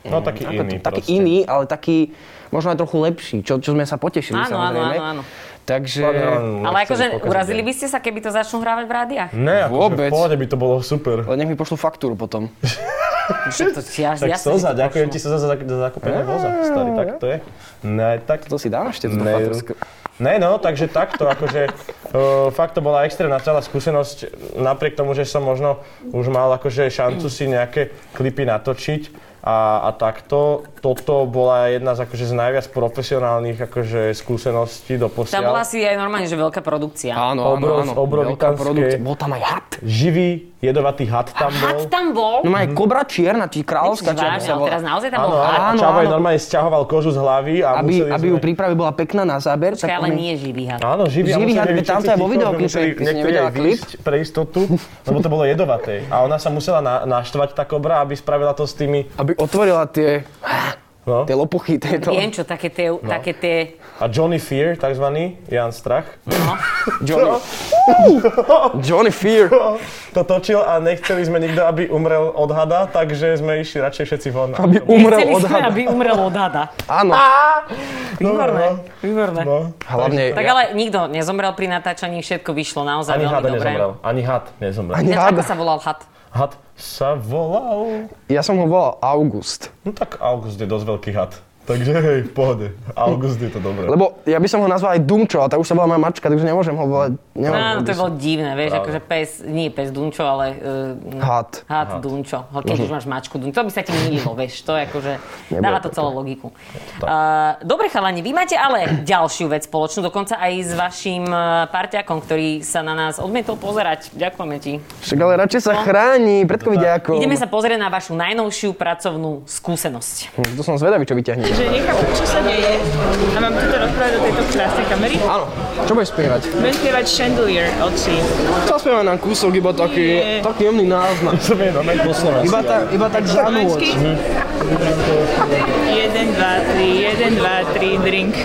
Speaker 3: No, taký
Speaker 2: ako
Speaker 3: iný
Speaker 2: taký
Speaker 3: proste.
Speaker 2: iný, ale taký možno aj trochu lepší, čo, čo sme sa potešili
Speaker 1: Áno, áno,
Speaker 2: samozrejme.
Speaker 1: áno, áno.
Speaker 2: Takže...
Speaker 1: Ale akože urazili by ste sa, keby to začnú hrávať v rádiách?
Speaker 2: Hm.
Speaker 3: Ne, akože
Speaker 2: Vôbec.
Speaker 3: v pohode by to bolo super.
Speaker 2: Ale nech mi pošlú faktúru potom.
Speaker 1: To, ja,
Speaker 3: Tak
Speaker 1: ja som si
Speaker 3: slza,
Speaker 1: to
Speaker 3: ďakujem ti
Speaker 1: počula.
Speaker 3: sa za, za, za zakúpenie voza, starý, tak to je. Ne, tak
Speaker 2: To si dáš, tieto
Speaker 3: Ne,
Speaker 2: faktúrske.
Speaker 3: Ne, no, takže takto, akože uh, fakt to bola extrémna celá skúsenosť, napriek tomu, že som možno už mal akože šancu si nejaké klipy natočiť a, a takto, toto bola jedna z akože z najviac profesionálnych akože skúseností do
Speaker 1: Tam
Speaker 3: posiaľ.
Speaker 1: bola si aj normálne, že veľká produkcia.
Speaker 2: Áno, áno,
Speaker 3: Obrov-
Speaker 2: áno. Veľká
Speaker 3: obrovitanské.
Speaker 2: produkcia. Bol tam aj had.
Speaker 3: Živý, jedovatý had tam bol.
Speaker 1: Had tam bol?
Speaker 2: No má aj
Speaker 3: Mhm.
Speaker 2: kobra čierna, či kráľovská čierna.
Speaker 1: Vážne,
Speaker 2: sa
Speaker 1: ale
Speaker 2: volá.
Speaker 1: teraz naozaj tam bol
Speaker 3: Áno, áno,
Speaker 1: had?
Speaker 2: áno,
Speaker 3: Čavo aj
Speaker 2: áno.
Speaker 3: normálne stiahoval kožu z hlavy a
Speaker 2: Aby,
Speaker 3: museli
Speaker 2: aby
Speaker 3: sme...
Speaker 2: ju príprava bola pekná na záber,
Speaker 1: Počkaj,
Speaker 2: tak
Speaker 1: ale
Speaker 2: oni-
Speaker 1: nie živý had.
Speaker 3: Áno, živý. a
Speaker 2: Živý
Speaker 3: museli
Speaker 2: had,
Speaker 3: byť
Speaker 2: veď tam
Speaker 3: všetci
Speaker 2: to aj vo
Speaker 3: ticho,
Speaker 2: videoklipe,
Speaker 3: museli
Speaker 2: keď si
Speaker 3: niektorí
Speaker 2: nevidela
Speaker 3: aj
Speaker 2: klip.
Speaker 3: výjsť Pre istotu, lebo to bolo jedovaté. A ona sa musela na, naštvať, tá kobra, aby spravila to s tými...
Speaker 2: Aby otvorila tie,
Speaker 3: No.
Speaker 2: tie lopuchy tejto.
Speaker 1: Viem čo, také tie, také tie,
Speaker 3: A Johnny Fear, takzvaný, Jan Strach,
Speaker 1: no,
Speaker 2: Johnny. Johnny Fear.
Speaker 3: to točil a nechceli sme nikto, aby umrel od hada, takže sme išli radšej všetci von.
Speaker 2: Aby umrel
Speaker 1: chceli
Speaker 2: od
Speaker 1: sme,
Speaker 2: hada.
Speaker 1: aby umrel od hada.
Speaker 2: Áno.
Speaker 1: Výborné, výborné.
Speaker 3: No.
Speaker 2: Hlavne...
Speaker 1: Tak ale nikto nezomrel pri natáčaní, všetko vyšlo naozaj
Speaker 3: Ani
Speaker 1: veľmi
Speaker 3: hada
Speaker 1: dobre.
Speaker 3: nezomrel. Ani had nezomrel.
Speaker 2: Ani
Speaker 1: Ináč,
Speaker 2: had.
Speaker 1: Ako sa volal had?
Speaker 3: Had sa volal...
Speaker 2: Ja som ho volal August.
Speaker 3: No tak August je dosť veľký had. Takže hej, v pohode. August je to dobré.
Speaker 2: Lebo ja by som ho nazval aj Dumčo, a tá už sa bola moja mačka, takže nemôžem ho volať. Nemôžem
Speaker 1: Áno,
Speaker 2: ho
Speaker 1: to
Speaker 2: by
Speaker 1: bolo
Speaker 2: som-
Speaker 1: divné, vieš, akože pes, nie pes Dunčo, ale... Uh,
Speaker 2: Had.
Speaker 1: Had, Dunčo. Ale keď už máš mačku Dunčo, to by sa ti mililo, vieš, to je akože...
Speaker 2: Nebude
Speaker 1: Dáva to
Speaker 2: to
Speaker 1: celú logiku. Uh, dobre, chalani, vy máte ale ďalšiu vec spoločnú, dokonca aj s vašim eh, parťakom, ktorý sa na nás odmietol pozerať. Ďakujeme ti.
Speaker 2: Však ale radšej sa chráni, predkovi ďakom.
Speaker 1: No. Ideme sa pozrieť na vašu najnovšiu pracovnú skúsenosť.
Speaker 2: Hm, To som zvedavý, čo vyťahne.
Speaker 7: že nechápem, čo sa deje a mám tuto rozprávať do tejto krásnej kamery.
Speaker 2: Áno, čo budeš spievať?
Speaker 7: Budem spievať Chandelier od Sea.
Speaker 2: Chcel spievať nám kúsok, iba taký, taký jemný náznak.
Speaker 3: To je normálne po slovensku.
Speaker 2: Iba, ta, iba tak
Speaker 7: Slovensky?
Speaker 2: zanúť.
Speaker 7: 1, 2, 3, 1, 2, 3, drink.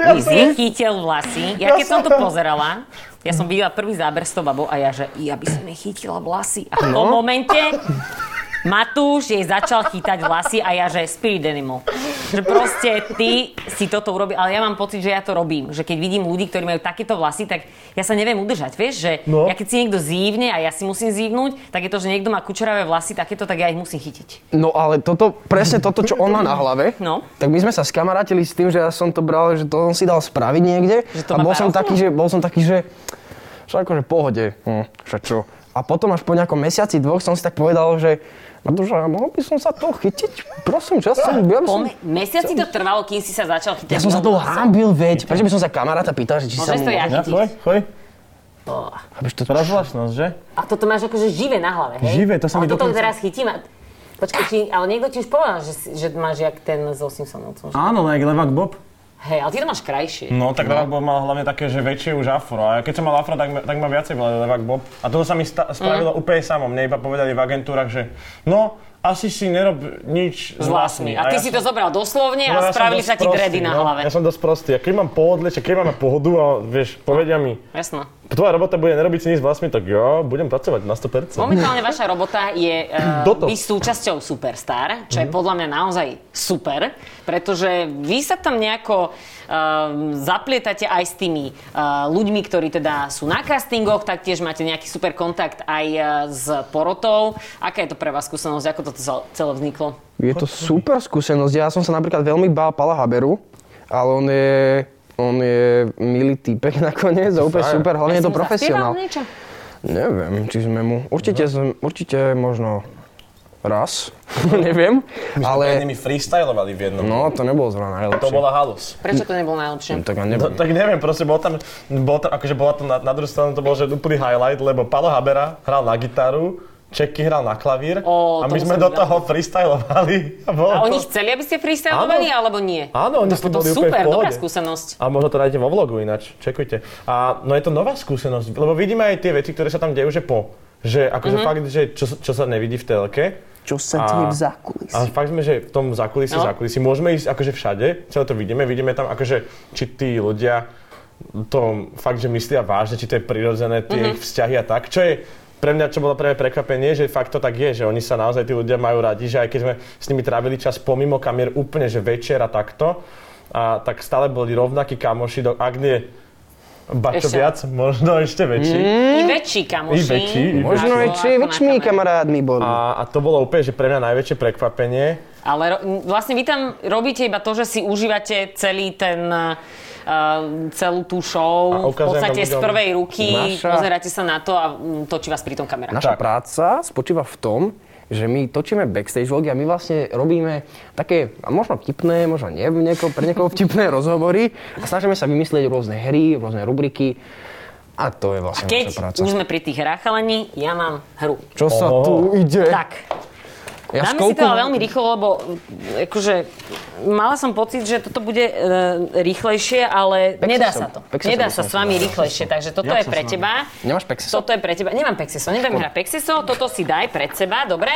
Speaker 1: Vy si chytil vlasy. Ja keď som to pozerala, ja som videla prvý záber s tou babou a ja, že ja by som jej chytila vlasy. A
Speaker 2: No.
Speaker 1: v tom momente Matúš jej začal chytať vlasy a ja, že spirit animal. Že proste ty si toto urobil, ale ja mám pocit, že ja to robím. Že keď vidím ľudí, ktorí majú takéto vlasy, tak ja sa neviem udržať, vieš, že
Speaker 3: No.
Speaker 1: ja keď si niekto zívne a ja si musím zívnuť, tak je to, že niekto má kučeravé vlasy takéto, tak ja ich musím chytiť.
Speaker 2: No ale toto, presne toto, čo on má na hlave,
Speaker 1: No.
Speaker 2: tak my sme sa skamarátili s tým, že ja som to bral, že to som si dal spraviť niekde.
Speaker 1: Že to
Speaker 2: a
Speaker 1: má
Speaker 2: bol som
Speaker 1: parafón?
Speaker 2: taký, že, bol som taký, že, že akože pohode, hm, že čo. A potom až po nejakom mesiaci, dvoch som si tak povedal, že Matúša, mohol by som sa to chytiť? Prosím, čo ja som... Ja, by
Speaker 1: Po
Speaker 2: som,
Speaker 1: me- mesiaci to trvalo, kým si sa začal chytať.
Speaker 2: ja som sa
Speaker 1: do
Speaker 2: to
Speaker 1: vlasov.
Speaker 2: hábil, veď. Prečo by som sa kamaráta pýtal, že či sa
Speaker 1: Môžeš
Speaker 2: mu...
Speaker 1: to ja
Speaker 3: Ja,
Speaker 1: chytiť.
Speaker 3: choj, choj.
Speaker 2: Abyš to...
Speaker 3: Teraz zvláštnosť, že?
Speaker 1: A toto máš akože živé na hlave, hej?
Speaker 3: Živé, to sa mi
Speaker 1: Ale toto
Speaker 3: dokonca-
Speaker 1: teraz chytím a... Počkaj, či, ale niekto ti už povedal, že, si- že máš jak ten zo Simpsonov. čo-
Speaker 4: Áno, like Levak Bob.
Speaker 1: Hej, ale ty to máš krajšie.
Speaker 3: No, tak Levak Bob mal hlavne také, že väčšie už afro. A keď som mal afro, tak, ma- tak ma viacej volali Levak Bob. A toto sa mi
Speaker 1: Mhm.
Speaker 3: sta- spravilo úplne samo. Mne iba povedali v agentúrach, že no, asi si nerob nič
Speaker 1: S vlasmi. A ty si to
Speaker 3: No, som-
Speaker 1: zobral doslovne
Speaker 3: No,
Speaker 1: a
Speaker 3: ja som
Speaker 1: spravili
Speaker 3: dosť
Speaker 1: sa ti
Speaker 3: prostý,
Speaker 1: dredy na
Speaker 3: no.
Speaker 1: hlave.
Speaker 3: Ja som dosť prostý. A keď mám pohodlie, čo keď máme pohodu a vieš, povedia mi,
Speaker 1: Jasno.
Speaker 3: tvoja robota bude nerobiť si nič s vlasmi, tak ja budem pracovať na 100%.
Speaker 1: Momentálne vaša robota je uh,
Speaker 3: Toto.
Speaker 1: byť súčasťou Superstar, čo je
Speaker 3: Mhm.
Speaker 1: podľa mňa naozaj super, pretože vy sa tam nejako uh, zaplietate aj s tými uh, ľuďmi, ktorí teda sú na castingoch, taktiež máte nejaký super kontakt aj uh, s porotou. Aká je to pre vás skúsenosť? Ako toto cel- celé vzniklo?
Speaker 2: Je to super skúsenosť. Ja som sa napríklad veľmi bál Pala Haberu, ale on je, on je milý týpek nakoniec a úplne
Speaker 3: Frajer.
Speaker 2: super, hlavne je
Speaker 1: Som
Speaker 2: to
Speaker 1: zaspieval
Speaker 2: profesionál.
Speaker 1: niečo?
Speaker 2: Neviem, či sme mu... Určite,
Speaker 3: No.
Speaker 2: som, určite možno raz, neviem, ale...
Speaker 3: Jednými freestylovali v jednom.
Speaker 2: No, to nebolo zrovna najlepšie.
Speaker 3: To bola halus.
Speaker 1: Prečo to nebolo najlepšie?
Speaker 2: Hm, Tak ja
Speaker 3: No,
Speaker 2: neviem.
Speaker 3: tak neviem, proste bol tam, bol tam akože bola to na, na druhú stranu, to bol že úplný highlight, lebo Palo Habera hral na gitaru, Čeky hral na klavír
Speaker 1: Ó,
Speaker 3: a my
Speaker 1: tomu
Speaker 3: sme
Speaker 1: som
Speaker 3: do
Speaker 1: videla.
Speaker 3: toho freestylovali. A, bolo
Speaker 1: A oni
Speaker 3: to-
Speaker 1: chceli, aby ste freestylovali,
Speaker 3: Áno.
Speaker 1: alebo nie?
Speaker 3: Áno, oni s tým
Speaker 1: To
Speaker 3: boli úplne
Speaker 1: super,
Speaker 3: v pohode.
Speaker 1: dobrá skúsenosť.
Speaker 3: A možno to nájdete vo vlogu ináč, čekujte. A no je to nová skúsenosť, lebo vidíme aj tie veci, ktoré sa tam dejú, že po. Že akože
Speaker 1: Mhm.
Speaker 3: fakt, že čo, sa- čo sa nevidí v telke.
Speaker 8: Čo sa
Speaker 3: A-
Speaker 8: deje v zákulisí?
Speaker 3: A fakt sme, že v tom zákulisí,
Speaker 1: No.
Speaker 3: no. zákulisí, môžeme ísť akože všade, celé to vidíme, vidíme tam akože, či tí ľudia to fakt, že myslia vážne, či to je prirodzené, tie
Speaker 1: Mhm.
Speaker 3: ich vzťahy a tak, čo je pre mňa, čo bolo prvé prekvapenie, že fakt to tak je, že oni sa naozaj, tí ľudia majú radi, že aj keď sme s nimi trávili čas pomimo kamier úplne, že večer a takto, a tak stále boli rovnakí kamoši, do, ak nie ba čo
Speaker 1: Ešte. Mm.
Speaker 3: viac, možno ešte väčší.
Speaker 1: I väčší, kamoši.
Speaker 3: I väčší, i
Speaker 2: Možno
Speaker 1: Ako-
Speaker 2: je či
Speaker 1: ako na
Speaker 2: väčšmi
Speaker 1: kamere.
Speaker 2: kamarátmi boli.
Speaker 3: A, a to bolo úplne, že pre mňa najväčšie prekvapenie,
Speaker 1: Ale ro- m, vlastne vy tam robíte iba to, že si užívate celý ten uh, celú tú
Speaker 3: A
Speaker 1: show v
Speaker 3: ukazujem
Speaker 1: podstate
Speaker 3: vám
Speaker 1: z
Speaker 3: ľuďom.
Speaker 1: prvej ruky,
Speaker 2: Naša-
Speaker 1: pozeráte sa na to a mm, točí vás pri tom kamera.
Speaker 2: Naša
Speaker 3: Tak.
Speaker 2: práca spočíva v tom, že my točíme backstage vlogy a my vlastne robíme také, a možno vtipné, možno nie, nieko, pre niekoho vtipné rozhovory a snažíme sa vymyslieť rôzne hry, rôzne rubriky a to je vlastne
Speaker 1: Keď
Speaker 2: naša práca.
Speaker 1: už sme pri tých hrách, chalani, ja mám hru.
Speaker 2: Čo sa
Speaker 3: Oho.
Speaker 2: tu ide?
Speaker 1: Tak,
Speaker 2: ja
Speaker 1: Dáme si to ale veľmi rýchlo, lebo mm, akože, mala som pocit, že toto bude e, rýchlejšie, ale
Speaker 2: Pexesom.
Speaker 1: nedá sa to.
Speaker 2: Pexesom
Speaker 1: nedá
Speaker 2: som
Speaker 1: sa s
Speaker 2: som
Speaker 1: vami
Speaker 2: si dal.
Speaker 1: rýchlejšie, takže toto
Speaker 4: Ja som
Speaker 1: je pre
Speaker 4: si dal.
Speaker 1: teba.
Speaker 2: Nemáš pexeso?
Speaker 1: Toto je pre teba. Nemám pexeso, nebudem hrať pexeso, toto si daj pred seba, dobre?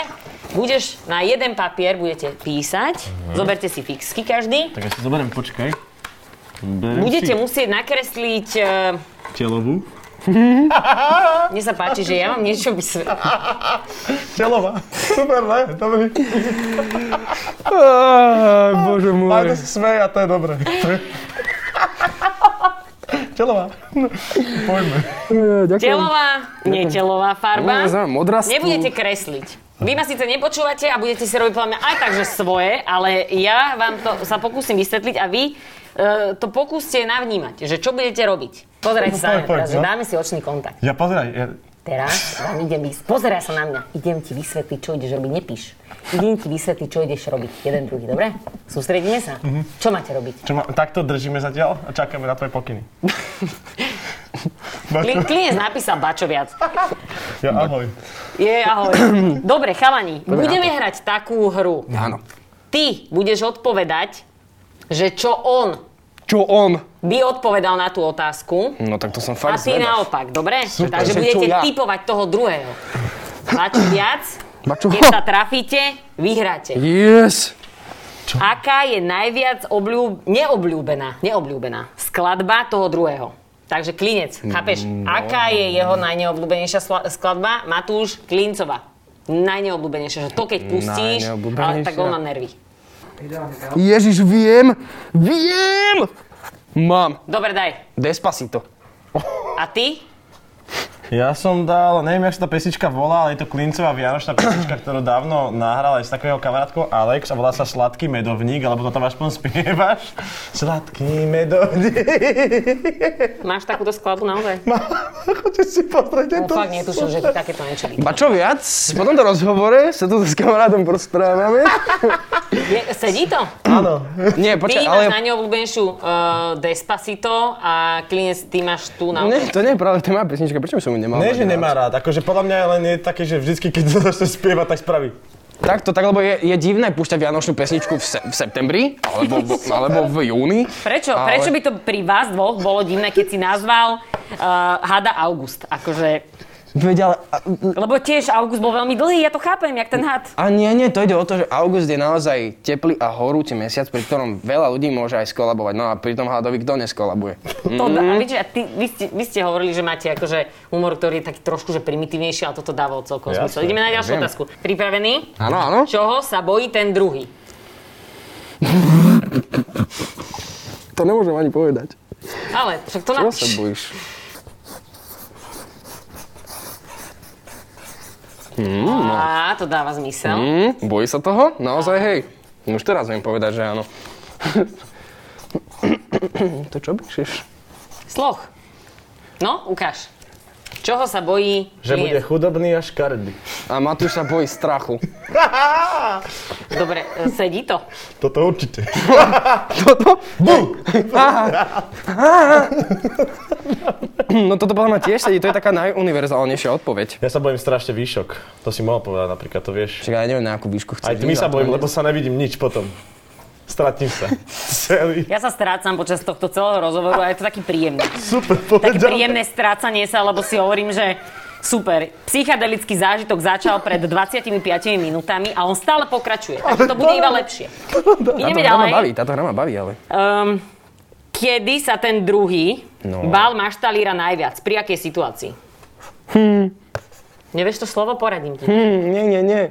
Speaker 1: Budeš na jeden papier, budete písať,
Speaker 3: Mhm.
Speaker 1: zoberte si fixky každý.
Speaker 4: Tak ja si zoberiem, počkaj. Berem si
Speaker 1: Budete musieť nakresliť... E,
Speaker 4: telovú.
Speaker 1: mne sa páči, že ja vám niečo vysvetlím.
Speaker 3: Čelová. Super, ne? Dobrý.
Speaker 2: Á, bože môj.
Speaker 3: Majda sa smeje a to je dobré.
Speaker 2: Telová.
Speaker 1: Telová, netelová farba.
Speaker 2: No, znam, modrá stĺp.
Speaker 1: Nebudete kresliť. Vy ma síce nepočúvate a budete si robiť podľa mňa aj tak, že svoje, ale ja vám to sa pokúsim vysvetliť a vy e, to pokúste navnímať, že čo budete robiť. Pozerajte sa na mňa
Speaker 3: Poď, poď,
Speaker 1: teraz, že
Speaker 3: no.
Speaker 1: dáme si očný kontakt.
Speaker 3: Ja pozeraj, ja,
Speaker 1: Teraz vám idem ísť. Pozeraj sa na mňa. Idem ti vysvetliť, čo ideš robiť. Nepíš. Idem ti vysvetliť, čo ideš robiť. Jeden, druhý, dobre? Sústredíme sa.
Speaker 2: Mhm.
Speaker 1: Čo máte robiť?
Speaker 3: čo ma, takto držíme zatiaľ a čakáme na tvoje pokyny.
Speaker 1: Kli- Klinec napísal bačo viac.
Speaker 3: Ja, ahoj.
Speaker 1: Je, ahoj. Dobre, chalani, budeme hrať takú hru.
Speaker 2: Áno.
Speaker 1: Ty budeš odpovedať, že čo on
Speaker 2: Čo on?
Speaker 1: by odpovedal na tú otázku
Speaker 2: No tak to som
Speaker 1: a
Speaker 2: fakt
Speaker 1: ty
Speaker 2: zvedav.
Speaker 1: naopak, dobre?
Speaker 2: Super.
Speaker 1: Takže
Speaker 2: Že čo
Speaker 1: budete
Speaker 2: ja?
Speaker 1: typovať toho druhého. Bačo viac,
Speaker 2: Bačo-
Speaker 1: keď sa trafíte, vyhráte.
Speaker 2: Yes!
Speaker 1: Aká je najviac obľúb... neobľúbená, neobľúbená skladba toho druhého? Takže Klinec, chápeš?
Speaker 2: Mm, no.
Speaker 1: Aká je jeho najneobľúbenejšia sla- skladba? Matúš Klincova. Najneobľúbenejšia, že to keď pustíš, ale tak on má nervy.
Speaker 2: Ježiš, viem! Viem! Mám.
Speaker 1: Dobre, daj.
Speaker 2: Despacito.
Speaker 1: A ty?
Speaker 3: Ja som dal, neviem, jak sa tá pesnička volá, ale je to Klincová vianočná pesnička, ktorú dávno nahral aj s takou jeho kamarátkou Alex a volá sa Sladký medovník, alebo to tam aspoň spievaš. Sladký medovník.
Speaker 1: Máš takúto skladbu naozaj?
Speaker 3: Chodíš si pozrieť, je
Speaker 1: No,
Speaker 3: to...
Speaker 1: fakt netuším, že takéto niečo by.
Speaker 2: A čo viac? Po tomto rozhovore sa tu s kamarátom porozprávame.
Speaker 1: Je, sedí to?
Speaker 3: Áno.
Speaker 2: Nie,
Speaker 1: Ty
Speaker 2: počkaj,
Speaker 1: máš
Speaker 2: ale...
Speaker 1: najneobľúbenejšiu uh, Despacito a Klinec, ty máš tu naozaj.
Speaker 2: Nie, to nie je práve téma pesnička, prečo by som ju nemal?
Speaker 3: Nie,
Speaker 2: mať
Speaker 3: že
Speaker 2: rád?
Speaker 3: nemá rád, akože podľa mňa len je také, že vždycky, keď to začne spievať, tak spraví.
Speaker 2: Takto, tak, lebo je, je divné púšťať vianočnú pesničku v, se, v septembri, alebo, v- alebo v júni.
Speaker 1: Prečo?
Speaker 2: Ale-
Speaker 1: Prečo by to pri vás dvoch bolo divné, keď si nazval uh, hada August? Akože,
Speaker 2: Veď, ale, a,
Speaker 1: lebo tiež August bol veľmi dlhý, ja to chápem, jak ten had.
Speaker 2: a nie, nie, to ide o to, že august je naozaj teplý a horúci mesiac, pri ktorom veľa ľudí môže aj skolabovať. No a pri tom hladovi kto neskolabuje?
Speaker 1: To dá, a vidíš, a ty, vy, ste, vy ste hovorili, že máte akože humor, ktorý je taký trošku že primitívnejší, ale toto dávalo celkom
Speaker 3: Jasné,
Speaker 1: zmysel. Ideme na ďalšiu
Speaker 2: viem.
Speaker 1: otázku. Pripravený?
Speaker 2: Áno, áno.
Speaker 1: Čoho sa bojí ten druhý?
Speaker 2: To nemôžem ani povedať.
Speaker 1: Ale však to
Speaker 2: Čo
Speaker 1: na...
Speaker 2: sa bojíš?
Speaker 1: Á, to dáva zmysel.
Speaker 2: Hm, bojí sa toho? Naozaj, hej. Už teraz viem povedať, že áno. to čo píšeš?
Speaker 1: Sloh. No, ukáž. Čoho sa bojí
Speaker 3: Že bude
Speaker 1: klient?
Speaker 3: chudobný a škaredý.
Speaker 2: A Matúš sa bojí strachu.
Speaker 1: Dobre, e, sedí to.
Speaker 3: Toto určite.
Speaker 2: No toto podľa mňa tiež sedí, to je taká najuniverzálnejšia odpoveď.
Speaker 3: Ja sa bojím strašne výšok. To si mohol povedať napríklad, to vieš.
Speaker 2: Čakaj, ja neviem, na akú výšku chceš.
Speaker 3: Aj my
Speaker 2: ísť,
Speaker 3: sa
Speaker 2: ale to
Speaker 3: bojím,
Speaker 2: nie-
Speaker 3: lebo sa nevidím nič potom. Stratím sa. Celý.
Speaker 1: Ja sa strácam počas tohto celého rozhovoru a je to taký príjemný.
Speaker 3: Super
Speaker 1: Také
Speaker 3: povedal.
Speaker 1: príjemné strácanie sa, lebo si hovorím, že super, psychedelický zážitok začal pred 25 minútami a on stále pokračuje. Takže to bude iba lepšie.
Speaker 2: Táto
Speaker 1: Ideme
Speaker 2: hra ma baví,
Speaker 1: ďalej.
Speaker 2: táto hra ma baví, ale...
Speaker 1: Um, kedy sa ten druhý
Speaker 2: No.
Speaker 1: bál maštalíra najviac? Pri akej situácii? Nevieš to slovo? Poradím ti.
Speaker 2: Hm, nie, nie, nie.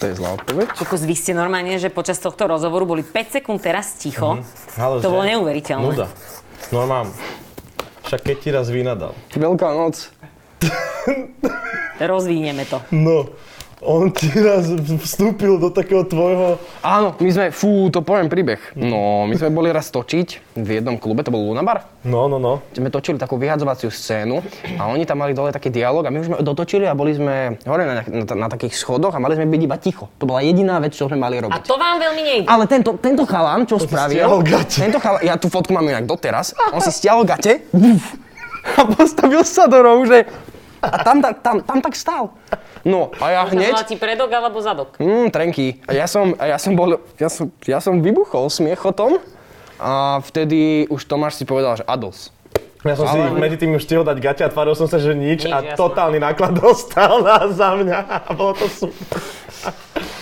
Speaker 2: To je zlá odpoveď.
Speaker 1: Kokos, vy ste normálne, že počas tohto rozhovoru boli 5 sekúnd teraz ticho.
Speaker 3: Halo,
Speaker 1: To
Speaker 3: že?
Speaker 1: bolo neuveriteľné.
Speaker 3: Nuda. No a mám. Však keď ti raz vynadal.
Speaker 2: Veľká noc.
Speaker 1: Rozvinieme to.
Speaker 3: No, on ti raz vstúpil do takého tvojho...
Speaker 2: Áno, my sme, fú, to poviem príbeh. No, my sme boli raz točiť v jednom klube, to bol Lunabar.
Speaker 3: No, no, no.
Speaker 2: Sme točili takú vyhadzovaciu scénu a oni tam mali dole taký dialog a my už sme dotočili a boli sme hore na, na, na takých schodoch a mali sme byť iba ticho. To bola jediná vec, čo sme mali robiť.
Speaker 1: A to vám veľmi nejde.
Speaker 2: Ale tento, tento chalán, čo spravil,
Speaker 3: stiahol gate.
Speaker 2: tento chalán, ja tú fotku mám inak doteraz, on si stiahol gate buf, a postavil sa do rohu, že a tam, tam, tam, tam tak stál. No a ja
Speaker 1: Hneď?
Speaker 2: hneď,
Speaker 1: ti predok alebo zadok.
Speaker 2: mm, trenky, a ja som, a ja som bol, ja som, ja som vybuchol smiechotom a vtedy už Tomáš si povedal, že ados.
Speaker 3: Ja som si medzi tým už stihol dať gate a tváril som sa, že
Speaker 1: Nič,
Speaker 3: nič, a
Speaker 1: jasné.
Speaker 3: totálny náklad dostal na, za mňa a bolo to super.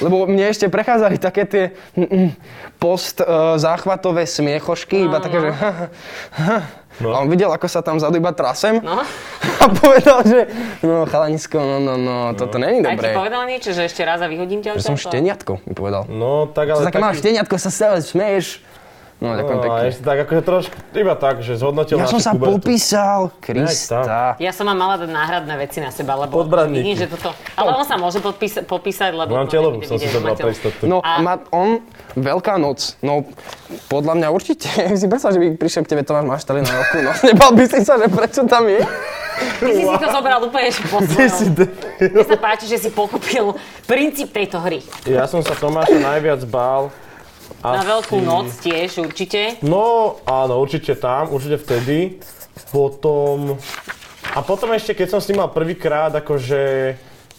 Speaker 2: Lebo mne ešte prechádzali také tie hm,
Speaker 1: no.
Speaker 2: eh, mm, mm, post uh, záchvatové smiechošky, iba také, že No. A on videl, ako sa tam vzadu iba trasem no. a povedal, že no chalanisko, no, no, no, toto není
Speaker 1: Aj ti
Speaker 2: dobré.
Speaker 1: povedala niečo, že ešte raz a vyhodím ťa?
Speaker 2: Že som šteniatko, mi povedal.
Speaker 3: No, tak
Speaker 2: Ale
Speaker 3: ale...
Speaker 2: také máš šteniatko, sa stále smeješ. No, ďakujem
Speaker 3: no,
Speaker 2: pekne.
Speaker 3: a ešte tak akože trošku, iba tak, že zhodnotil
Speaker 2: Ja som
Speaker 3: našu
Speaker 2: sa
Speaker 3: pubertu.
Speaker 2: popísal, Krista.
Speaker 1: Ja som vám mala dať náhradné veci na seba, lebo
Speaker 3: Podbradníky. No.
Speaker 1: vidím, že toto... Ale on sa môže podpísa- podpísať, lebo...
Speaker 3: Mám
Speaker 1: to
Speaker 3: telovú,
Speaker 1: nebude
Speaker 3: som si
Speaker 1: vidieť,
Speaker 3: zobral
Speaker 1: má
Speaker 3: pre
Speaker 1: telovú.
Speaker 3: istotu.
Speaker 2: No,
Speaker 1: A-
Speaker 2: a... má on Veľká noc. No, podľa mňa určite. Si predstav, že by prišiel k tebe Tomáš Maštali na roku. No, nebal by si sa, že prečo tam je?
Speaker 1: Ty si si to zobral úplne že po svojom. Mne sa páči, že si pochopil princíp tejto hry.
Speaker 3: Ja som sa Tomáša najviac bál.
Speaker 1: Na
Speaker 3: asi-
Speaker 1: veľkú noc tiež určite.
Speaker 3: No, áno, určite tam, určite vtedy. Potom... A potom ešte, keď som s ním mal prvýkrát, akože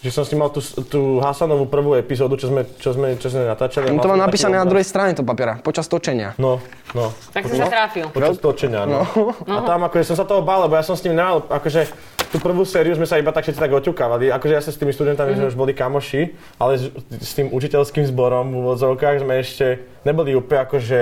Speaker 3: že som s ním mal tú, tú Hasanovú prvú epizódu, čo sme, čo sme, čo sme natáčali.
Speaker 2: On
Speaker 3: Mal
Speaker 2: to má
Speaker 3: som taký
Speaker 2: napísané na
Speaker 3: obraz.
Speaker 2: druhej strane to papiera, počas točenia.
Speaker 3: No, no.
Speaker 1: Tak si sa tráfil.
Speaker 3: Počas točenia, no. A tam akože som sa toho bál, lebo ja som s ním nemal, akože tú prvú sériu sme sa iba tak všetci tak oťukávali. Akože ja sa s tými študentami sme už boli kamoši, ale s, s tým učiteľským zborom v úvodzovkách sme ešte neboli úplne akože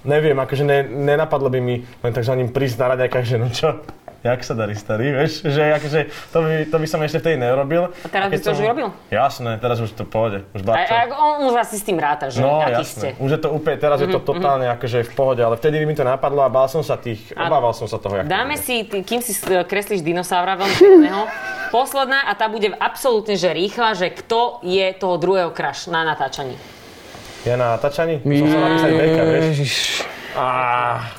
Speaker 3: Neviem, akože ne, nenapadlo by mi len tak za ním prísť na raňajkách, že no čo, jak sa darí starý, vieš, že akože to by, to by som ešte vtedy neurobil. A
Speaker 1: teraz
Speaker 3: keď
Speaker 1: by si to
Speaker 3: som-
Speaker 1: už urobil?
Speaker 3: Jasné, teraz už to pôjde,
Speaker 1: A,
Speaker 3: už barčo.
Speaker 1: a on už asi s tým ráta, že
Speaker 3: No
Speaker 1: aký ste. Mm-hmm,
Speaker 3: jasné, už je to úplne, teraz je to totálne akože v pohode, ale vtedy by mi to napadlo a bál som sa tých,
Speaker 1: A-
Speaker 3: obával som sa toho. jak to
Speaker 1: Dáme
Speaker 3: bude.
Speaker 1: si, ty- kým si s- kreslíš dinosaura veľmi pekného, posledná a tá bude absolútne že rýchla, že kto je toho druhého kraš na natáčaní.
Speaker 3: Ja na tačaní, som
Speaker 1: Mm.
Speaker 3: sa napísať Bejka, vieš.
Speaker 2: Ježiš.
Speaker 3: Á,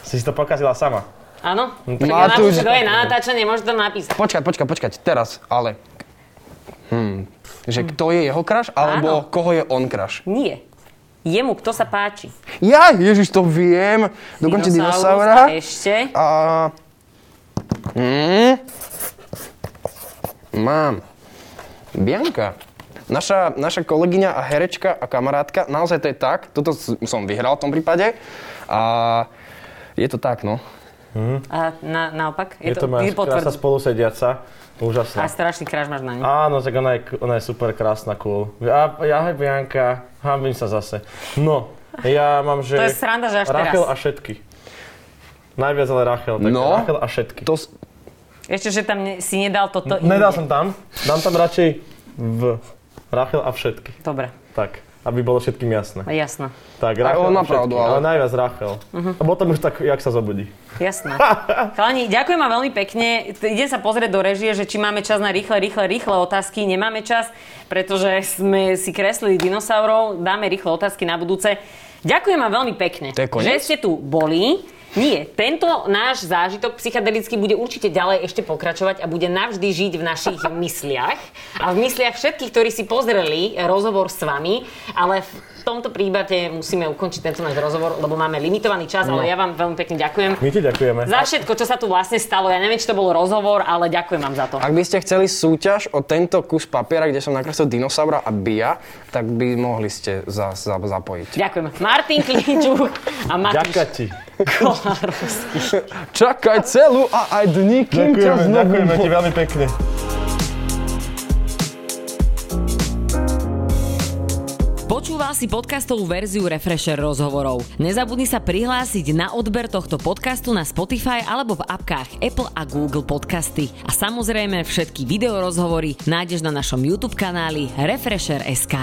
Speaker 3: si si to pokazila sama.
Speaker 1: Áno?
Speaker 3: No
Speaker 1: Tak ja
Speaker 2: Matúš.
Speaker 1: napíšem, kto je na natáčanie, môžete to napísať.
Speaker 2: Počkať, počkať, počkať, teraz, ale... Hm. Že kto je jeho kraš, alebo
Speaker 1: Áno.
Speaker 2: koho je on kraš.
Speaker 1: Nie. Jemu, kto sa páči.
Speaker 2: Ja, ježiš, to viem. Dokončí
Speaker 1: Dinosaurus a
Speaker 2: dinosaura.
Speaker 1: Ešte.
Speaker 2: A... Mm. Mám. Bianka. Naša, naša kolegyňa a herečka a kamarátka, naozaj to je tak, toto s- som vyhral v tom prípade a je to tak, no.
Speaker 1: A na, naopak?
Speaker 3: Je to moja
Speaker 1: ty potvrdí.
Speaker 3: krása spolusediaca,
Speaker 1: A
Speaker 3: úžasná.
Speaker 1: strašný kráž máš na ňu.
Speaker 3: Áno, tak ona je, ona je super krásna, cool. A ja aj Bianka, hambím sa zase. No, ja mám, že...
Speaker 1: To je sranda, že až
Speaker 3: Rachel
Speaker 1: teraz.
Speaker 3: a všetky. Najviac ale Rachel, tak
Speaker 2: No.
Speaker 3: Rachel a všetky.
Speaker 2: To, s-
Speaker 1: Ešte, že tam ne, si nedal toto.
Speaker 3: Nedal
Speaker 1: iné.
Speaker 3: som tam, dám tam radšej v Rachel a všetky.
Speaker 1: Dobre,
Speaker 3: Tak, aby bolo všetkým jasné.
Speaker 1: jasno.
Speaker 3: Tak,
Speaker 2: Aj
Speaker 3: Rachel
Speaker 2: on má
Speaker 3: a všetky,
Speaker 2: pravdu, ale-
Speaker 3: ale najviac Rachel. A potom už tak, jak sa zobudí.
Speaker 1: Jasné. Chalani, ďakujem vám veľmi pekne. T- Idem sa pozrieť do režie, že či máme čas na rýchle, rýchle, rýchle otázky. Nemáme čas, pretože sme si kreslili dinosaurov. Dáme rýchle otázky na budúce. Ďakujem vám veľmi pekne,
Speaker 2: To je koniec?
Speaker 1: že ste tu boli. Nie, tento náš zážitok psychedelický bude určite ďalej ešte pokračovať a bude navždy žiť v našich mysliach a v mysliach všetkých, ktorí si pozreli rozhovor s vami, ale v tomto prípade musíme ukončiť tento náš rozhovor, lebo máme limitovaný čas,
Speaker 2: No.
Speaker 1: ale ja vám veľmi pekne ďakujem.
Speaker 3: My ti ďakujeme.
Speaker 1: Za všetko, čo sa tu vlastne stalo. Ja neviem, či to bol rozhovor, ale ďakujem vám za to.
Speaker 2: ak by ste chceli súťaž o tento kus papiera, kde som nakreslil dinosaura a bia, tak by mohli ste za, za, zapojiť.
Speaker 1: Ďakujem. Martin Klinčuk a
Speaker 3: Ďaká
Speaker 1: Matúš
Speaker 3: ti.
Speaker 1: Kolárovský.
Speaker 2: Čakaj celú a aj dní, kým ťa
Speaker 3: Ďakujeme,
Speaker 2: znovu
Speaker 3: ďakujeme ti veľmi pekne.
Speaker 1: Počúval si podcastovú verziu Refresher rozhovorov. Nezabudni sa prihlásiť na odber tohto podcastu na Spotify alebo v apkách Apple a Google Podcasty. A samozrejme všetky videorozhovory nájdeš na našom YouTube kanáli Refresher.sk.